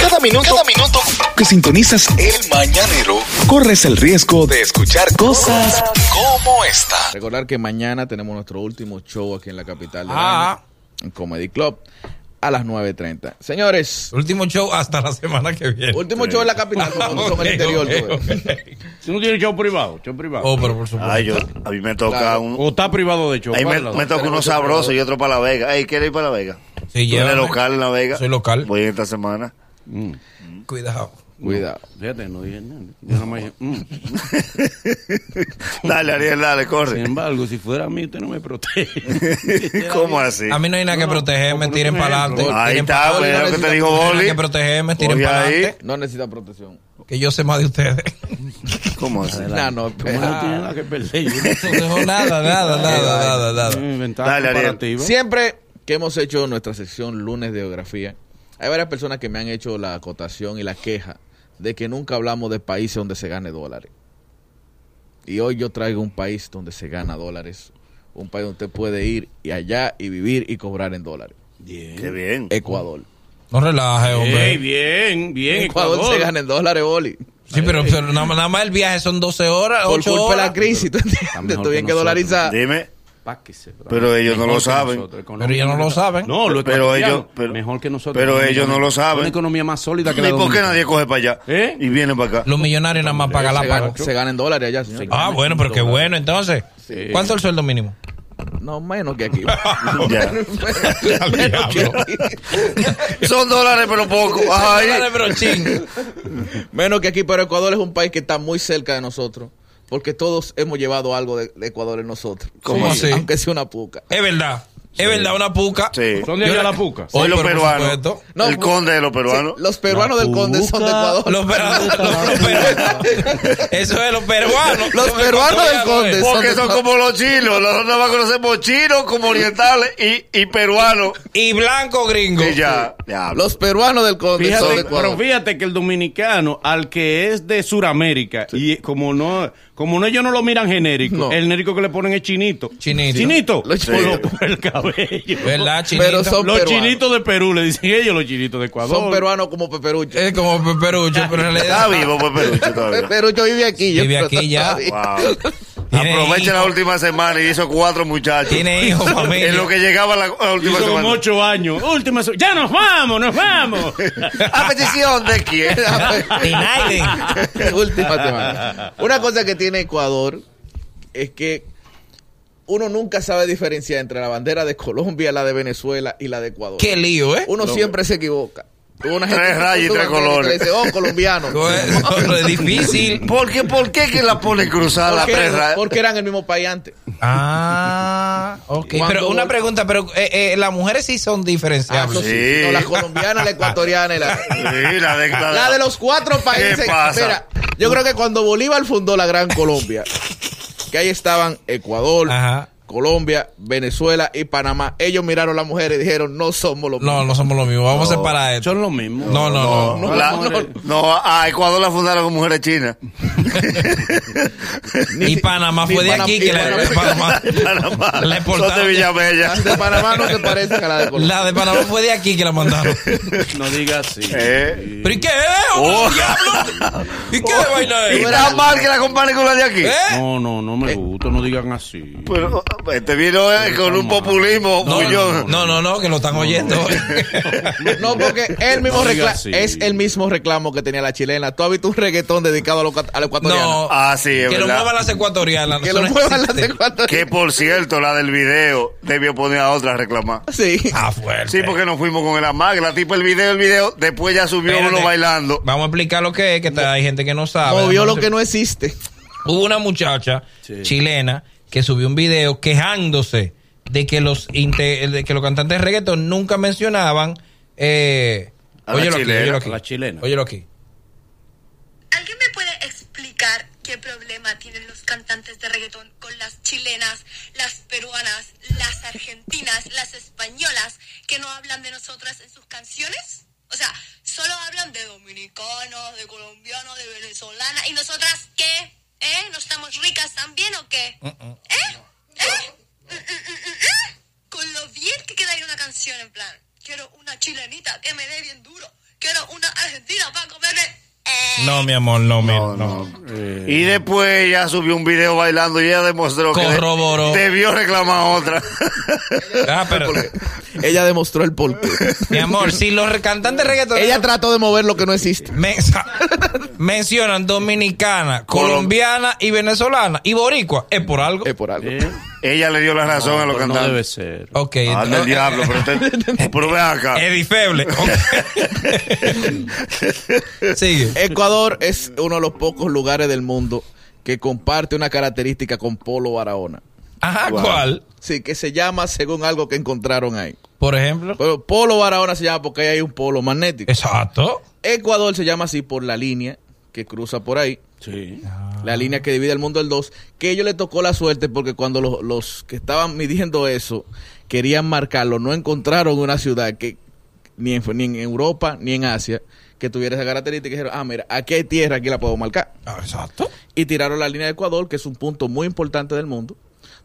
Cada minuto, cada minuto que sintonizas el mañanero, corres el riesgo de escuchar cosas como esta. Recordar que mañana tenemos nuestro último show aquí en la capital del Ah. año, en Comedy Club, a las 9.30. Señores, Último show hasta la semana que viene. último show en la capital, como somos Ok, el interior. pues. ok, todo. ok. Tú no tienes show privado, show privado. Oh, pero por supuesto. Ay, yo, a mí me toca Claro. un. O está privado de show. Ahí me, ¿cuál es la- me toca uno sabroso y otro para La Vega. Ey, ¿quieres ir para La Vega? Sí, Tú eres llévame. local en La Vega. Soy local. Voy esta semana. Cuidado. Cuidado. Fíjate, no dije nada. Yo no me dije, mm. Dale, Ariel, dale, Sin corre. embargo, si fuera a mí, usted no me protege. ¿Cómo así? A mí no hay nada que No, protegerme, no, tiren no, no, para adelante. no, Ahí tiren está, pa'lante. pues, lo que te dijo No hay nada Boli. que protegerme, tiren Oye, para ahí. adelante. No necesita protección. Que yo sé más de ustedes. ¿Cómo así? No, no, espera. Como no tiene nada que perder. yo No dejo nada, nada, nada, nada, no- nada. no inventar Dale, Ariel. comparativa. Siempre que hemos hecho nuestra sección lunes de geografía, hay varias personas que me han hecho la acotación y la queja de que nunca hablamos de países donde se gane dólares. Y hoy yo traigo un país donde se gana dólares. Un país donde usted puede ir y allá y vivir y cobrar en dólares. Qué bien. Ecuador. No relaje, Ey, hombre. bien, bien. Ecuador, se gana en dólares, Boli. Sí, pero, pero nada, más- nada más el viaje son 12 horas, Por 8 culpa de horas. la crisis, ¿tú entiendes? mejor Tú bien que que dolarizar. Dime, Páquese, bravo. pero ellos no lo saben. Nosotros, Pero ellos no lo saben. No, lo Pero ecuatoriano, ellos- pero- mejor que nosotros. pero Una ellos no economía- lo saben. Una economía más sólida que la ¿Y por qué dominicana. nadie coge para allá? ¿Eh? Y viene para acá. Los millonarios nada más pagan la Se gana- paga. se gana en dólares allá, señor. Ah, bueno, pero qué bueno, entonces. Sí. ¿Cuánto es el sueldo mínimo? No, menos que aquí. Ya. Menos que aquí. Son dólares, pero poco. Dólares, Ay. pero ching. Menos que aquí, pero Ecuador es un país que está muy cerca de nosotros. Porque todos hemos llevado algo de, de Ecuador en nosotros. ¿Cómo así? Aunque sea una puca. Es verdad. Es verdad, una puca. Sí. Son de allá la puca. Oh, Hoy los pero por peruanos. supuesto. No, el pu- conde de los peruanos. Sí, los peruanos del Conde son de Ecuador. Los peruanos. los peruanos. Eso es los peruanos. Los peruanos del Conde. Porque son son de- como los chinos. Nosotros no conocemos chinos como orientales y, y peruanos. Y blanco gringo. Y ya. ya. Los peruanos del Conde son de Fíjate, Ecuador. pero fíjate que el dominicano, al que es de Sudamérica, y como no, como no ellos no lo miran genérico, No. el genérico que le ponen es chinito. Chinito. Chinito. Los Por lo- chinitos. por el cabello. ¿Verdad, chinito? Pero son Los peruanos. chinitos de Perú, le dicen ellos los chinitos de Ecuador. Son peruanos como Peperucho. Es como Peperucho, pero en Está realidad. vivo, pues, Perucho, todavía. Peperucho vive aquí. yo Vive creo aquí que está ya. bien. Wow. Ah, Tiene Aprovecha hijos. la última semana y hizo cuatro muchachos. Tiene hijos, familia. En lo que llegaba la, la Y última son semana. ocho años. Última so- ¡Ya nos vamos! ¡Nos vamos! A petición de quién. Denied. Última semana. Una cosa que tiene Ecuador es que uno nunca sabe diferenciar entre la bandera de Colombia, la de Venezuela y la de Ecuador. Qué lío, ¿eh? Uno siempre se equivoca. Tuvo una Tres rayas y tuvo tres una gente colores. que le dice, oh, colombiano. ¿eh? Es difícil. ¿Por qué, ¿Por qué que la pone cruzada la Porque, tres ra- porque eran el mismo país antes. Ah, ok. Pero Cuando- una pregunta, pero eh, eh, las mujeres sí son Ah, diferenciables. eso sí. Sí. No, la colombiana, la ecuatoriana y la... Sí, la de, la de- La de los cuatro países. ¿Qué pasa? Mira, yo creo que cuando Bolívar fundó la Gran Colombia, que ahí estaban Ecuador, Ajá. Colombia, Venezuela y Panamá. Ellos miraron a las mujeres y dijeron, no somos los No, mismos". no somos los mismos. Vamos a separar esto. Son lo mismo. No, no, no. No, la- no, a Ecuador la fundaron con mujeres chinas. Y Panamá ni fue de Panam- aquí y que la de Panamá. Panamá. La Son de exportaron. Villabella. Las de Panamá no se parecen a la de Colombia. La de Panamá fue de aquí que la mandaron. No digas así. Eh. ¿Pero y qué es? Oh. diablo? ¿Y qué vaina Y es? tan mal que la comparen con la de aquí. ¿Eh? No, no, no me gusta, no digan así. Pues, Pero oh, este vino eh, con un populismo No, bullón. no, no, no, que lo están oyendo. No, porque el mismo No diga recla- así. es el mismo reclamo que tenía la chilena. ¿Tú has visto un reggaetón dedicado a los cat- a la ecuatoriana? No. Ah, sí, es que lo verdad. muevan las ecuatorianas. Que eso lo no muevan las existe. ecuatorianas. Que por cierto, la del video debió poner a otra a reclamar. Sí. Ah, fuerte. Sí, porque nos fuimos con el amague, la tipa el video, el video, después ya subió Espérate. uno bailando. Vamos a explicar lo que es, que está- hay gente que no sabe. Movió lo Además, que no existe. Hubo una muchacha chilena que subió un video quejándose de que los inte- de que los cantantes de reggaetón nunca mencionaban eh, A la óyelo aquí, chilena, óyelo aquí. a la chilena. Óyelo aquí. ¿Alguien me puede explicar qué problema tienen los cantantes de reggaetón con las chilenas, las peruanas, las argentinas, las españolas que no hablan de nosotras en sus canciones? O sea, solo hablan de dominicanos, de colombianos, de venezolanas. ¿Y nosotras qué? ¿Eh? ¿No estamos ricas también o qué? ¿Eh? ¿Eh? Mm, mm, mm, mm, mm. Con lo bien que queda ir una canción en plan. Quiero una chilenita que me dé bien duro. Quiero una argentina Argentina para comerme. eh. No, mi amor, no, mi- No, no. no. Y después ella subió un video bailando y ella demostró Corroboró. que debió reclamar otra. Ah, pero, Ella demostró el porqué. mi amor, si los cantantes reggaetoneros Ella trató de mover lo que no existe. men- mencionan dominicana, colombiana y venezolana y boricua, es por algo. Es por algo. ella le dio la razón a los Eh, pues, No debe cantantes. ser. Ok, Anda el entonces- diablo, pero, usted- pero ve acá. Edifeble. ok. Sigue. Ecuador es uno de los pocos lugares del mundo que comparte una característica con Polo Barahona. Ajá, ¿cuál? Sí, que se llama según algo que encontraron ahí. Por ejemplo. Pero Polo Barahona se llama porque ahí hay un polo magnético. Exacto. Ecuador se llama así por la línea que cruza por ahí. Sí. La línea que divide el mundo en dos. Que ellos le tocó la suerte porque cuando los, los que estaban midiendo eso querían marcarlo, no encontraron una ciudad que ni en, ni en Europa ni en Asia que tuviera esa característica. Y dijeron, ah, mira, aquí hay tierra, aquí la puedo marcar. Ah, Exacto. y tiraron la línea de Ecuador, que es un punto muy importante del mundo,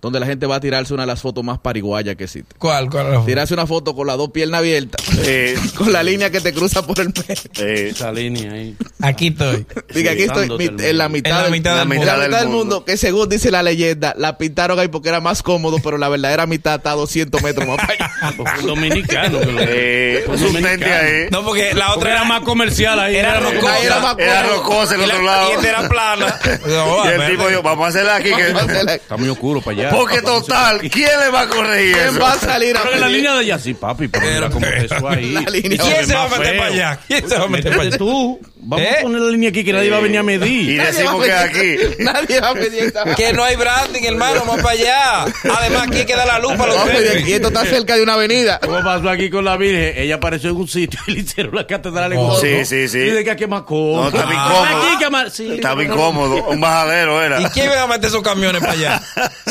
donde la gente va a tirarse una de las fotos más pariguayas que existe. ¿Cuál? ¿Cuál? Tirarse una foto con las dos piernas abiertas, Eh, con la línea que te cruza por el medio. eh, Esa línea ahí. Aquí estoy. Diga, aquí estoy Dándote mi- el en la mundo. mitad, En la del, mitad del en la mundo. mitad del mundo, mundo. que según dice la leyenda, la pintaron ahí porque era más cómodo, pero la verdadera mitad está a 200 metros más para allá. Un dominicano. que lo- eh, Un sustente ahí. No, porque la Porque otra era más. comercial ahí. Era rocosa. Ahí era más Era cómodo. rocosa el y la- otro lado. y esta era plana. Y el tipo dijo, vamos a hacerla aquí. que- Está muy oscuro para allá. porque total, ¿quién le va a corregir ¿Quién eso? va a salir a Pero en la pedir? línea de allá, sí, papi, pero mira cómo empezó ahí. La línea. ¿Y quién se va a Más meter feo. para allá? ¿Quién se va a meter para Métete allá? tú. Vamos ¿Eh? a poner la línea aquí que nadie va a venir a medir. Y Nadie decimos va que a aquí. pedir- Nadie va a pedir esta vaina. Que no hay branding, hermano, más para allá. Además, aquí hay que dar la luz para los Vamos a pedir aquí. selfies. esto está cerca de una avenida. ¿Cómo pasó aquí con la Virgen? Ella apareció en un sitio y le hicieron la catedral en Oh. otro. Sí, sí, sí. Dice que aquí es más cómodo. No, está bien Ah, cómodo. Aquí que más... sí. Estaba incómodo, un bajadero era. ¿Y quién va a meter esos camiones para allá?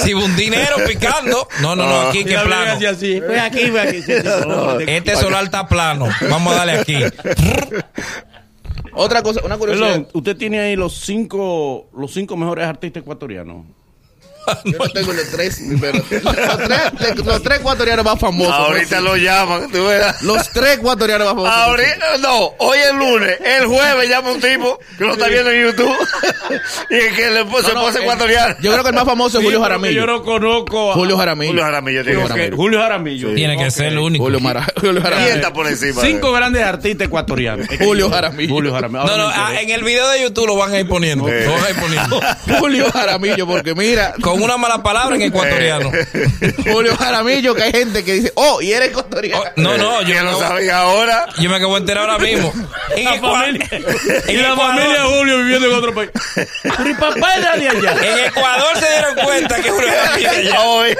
Si un dinero picando. No, no, no, aquí Y que la Virgen plano. hacía así. Fue aquí, fue aquí. Sí, sí, no, de- Este solar está plano. Vamos a darle aquí. Otra cosa, una curiosidad. Perdón, usted tiene ahí los cinco, los cinco mejores artistas ecuatorianos. Yo no tengo los tres, primero. Los tres, los tres ecuatorianos más famosos. Ahorita ¿no? lo llaman, tú verás. Los tres ecuatorianos más famosos. Ahorita, no, hoy es lunes, el jueves llama un tipo que lo está viendo en YouTube y es que le No, puso, no, se puso el- ecuatoriano. Yo creo que el más famoso es Julio Sí, porque Jaramillo. Yo no conozco a Julio Jaramillo. Julio Jaramillo tiene Julio que Jaramillo. ser. Julio Jaramillo. Tiene que Ok. ser el único. Julio, Mara- Julio ¿Quién Jaramillo. está por encima? de él? Cinco grandes artistas ecuatorianos. Julio Jaramillo. Julio Jaramillo. No, Ahora no, me ah, enteré. en el video de YouTube lo van a ir poniendo. Lo van a ir poniendo. eh, Julio Jaramillo, porque mira, Con una mala palabra en ecuatoriano. Julio Jaramillo, que hay gente que dice, oh, y eres ecuatoriano. Oh, no, no, yo, ¿Quién me lo acabo, sabía ahora? yo me acabo de enterar ahora mismo. En La Ecua- familia- en y la Ecuador- familia de Julio viviendo en otro país. Pero y papá era de allá. En Ecuador se dieron cuenta que Julio Jaramillo. Hoy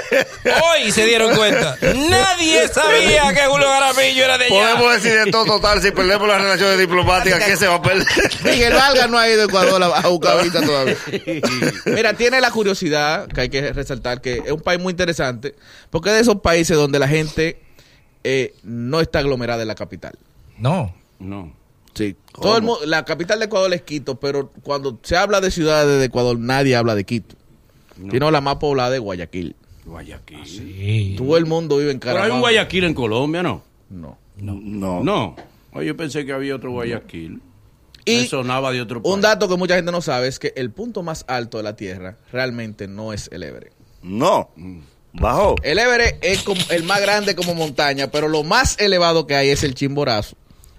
Hoy se dieron cuenta. Nadie sabía que Julio Jaramillo era de allá. podemos decir de todo total si perdemos las relaciones diplomáticas, ¿qué se va a perder? Miguel Valga no ha ido a Ecuador a a buscar visa todavía. Mira, tiene la curiosidad que hay que resaltar que es un país muy interesante porque es de esos países donde la gente eh, no está aglomerada en la capital. No. No. Sí. Todo el mu- la capital de Ecuador es Quito, pero cuando se habla de ciudades de Ecuador, nadie habla de Quito. Sino la más poblada de Guayaquil. Guayaquil. Todo el mundo vive en Pero Caracas. hay un Guayaquil en Colombia, ¿no? No. No. No. Oye, yo pensé que había otro Guayaquil. Y Me sonaba de otro país. un dato que mucha gente no sabe es que el punto más alto de la Tierra realmente no es el Everest. No. Bajo. El Everest es como el más grande como montaña, pero lo más elevado que hay es el Chimborazo.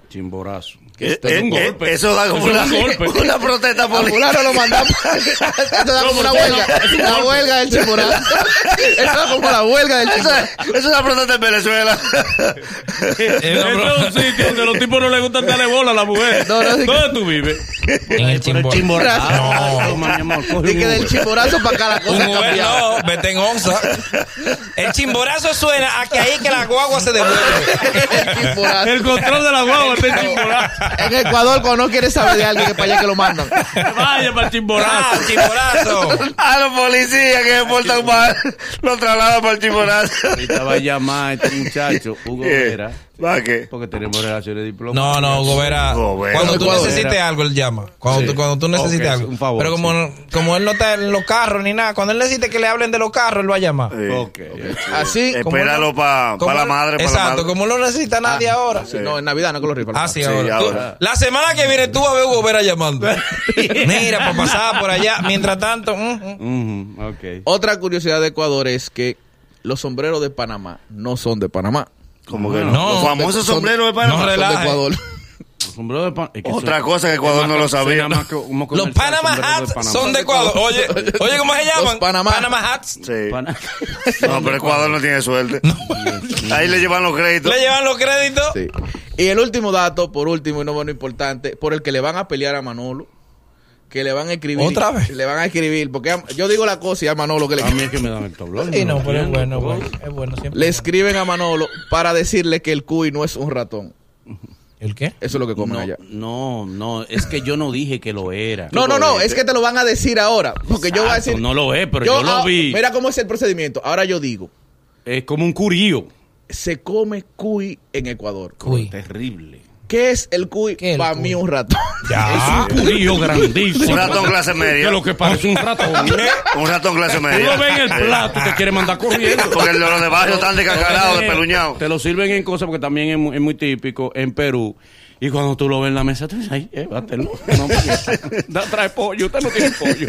Chimborazo. Que Eh, eh, eh, eso da como Eso una, es un golpe. una protesta A política. fulano lo mandamos. Esto da como una huelga. La huelga del Chimborazo. Esto da como la huelga del Eso Chimborazo. es, eso es una protesta en Venezuela. Este es un sitio donde los tipos no les gustan darle bola a la mujer. No, no, sí. ¿Dónde tú vives? En el Chimborazo. Ah, no, mi amor, coge Y un que del Uber. Chimborazo para acá la cosa Un ha Uber cambiado. no, vete en onza. El chimborazo suena a que ahí que la guagua se devuelve. El Chimborazo. El control de la guagua está en Chimborazo. En Ecuador, cuando no quiere saber de alguien, que para allá que lo mandan. Vaya para el Chimborazo. Ah, chimborazo. A los policías que se portan mal, lo trasladan para el chimonazo. Ahorita va a llamar este muchacho, Hugo Eh, Vera. ¿Va qué? Porque tenemos relaciones No, diplomáticas. no, Hugo Vera. Hugo Vera. Cuando tú Hugo Vera. necesites algo, él llama. Cuando, Sí. tú, cuando tú necesites Ok, algo. un favor, Pero como, como él no está en los carros ni nada, cuando él necesite que le hablen de los carros, él va a llamar. Sí. Ok. Así. como Espéralo no- para Como Eh, la él- madre, para la Exacto, madre. como no necesita nadie ahora. Sí, No, en Navidad no que lo ripan. Ah, sí, Sí, ahora. Tú- ahora. la semana que viene tú vas a ver Hugo Vera llamando. Mira, para pasar por allá. Mientras tanto, mm, mm. Ujú, ok. Otra curiosidad de Ecuador es que los sombreros de Panamá no son de Panamá. Como que no. No. Los famosos Son- sombreros ¿eh, de No Panamá. Son de relaje. Ecuador. Sombrero de pan- es que Otra eso- cosa que Ecuador no lo sabía. Suena más que- como los comercial, Panama sombrero Hats son de Ecuador. Oye, oye, ¿cómo se llaman? Los Panamá. Hats. Sí. Panamá. No, pero Ecuador no tiene suerte. Ahí le llevan los créditos. Le llevan los créditos. Sí. Y el último dato, por último y no menos importante, por el que le van a pelear a Manolo, que le van a escribir. ¿Otra vez? Le van a escribir, porque a- yo digo la cosa y a Manolo que le A mí es que me dan el tablón. Sí, no, lo pero es entiendo, bueno, por bueno, es bueno siempre. Le escriben a Manolo para decirle que el cuy no es un ratón. ¿El qué? Eso es lo que comen allá. favor. No, no, es que yo no dije que lo era. No, no, no, es que te lo van a decir ahora. Porque yo voy a Exacto, decir. No lo es, pero yo, lo ah, vi. Mira cómo es el procedimiento. Ahora yo digo: Es como un curío. se come cuy en Ecuador. Uy. Terrible. ¿Qué es el cuy? ¿Qué es el Para cuy? mí, un ratón. Ya. Es Ah, un curío grandísimo. Un ratón clase media. Que lo que parece un ratón. Tú Un ratón clase media. lo ves en el plato, te quiere mandar corriendo. Porque los de barrio están descacarados, despeluñados. Te lo sirven en cosas porque también es muy, es muy típico en Perú. Y cuando tú lo ves en la mesa, tú dices, ay, llévatelo. No, porque- da, trae pollo, usted no tiene pollo.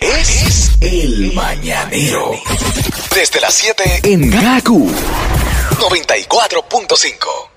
Es el mañanero. Desde las 7 en Gaku 94.5.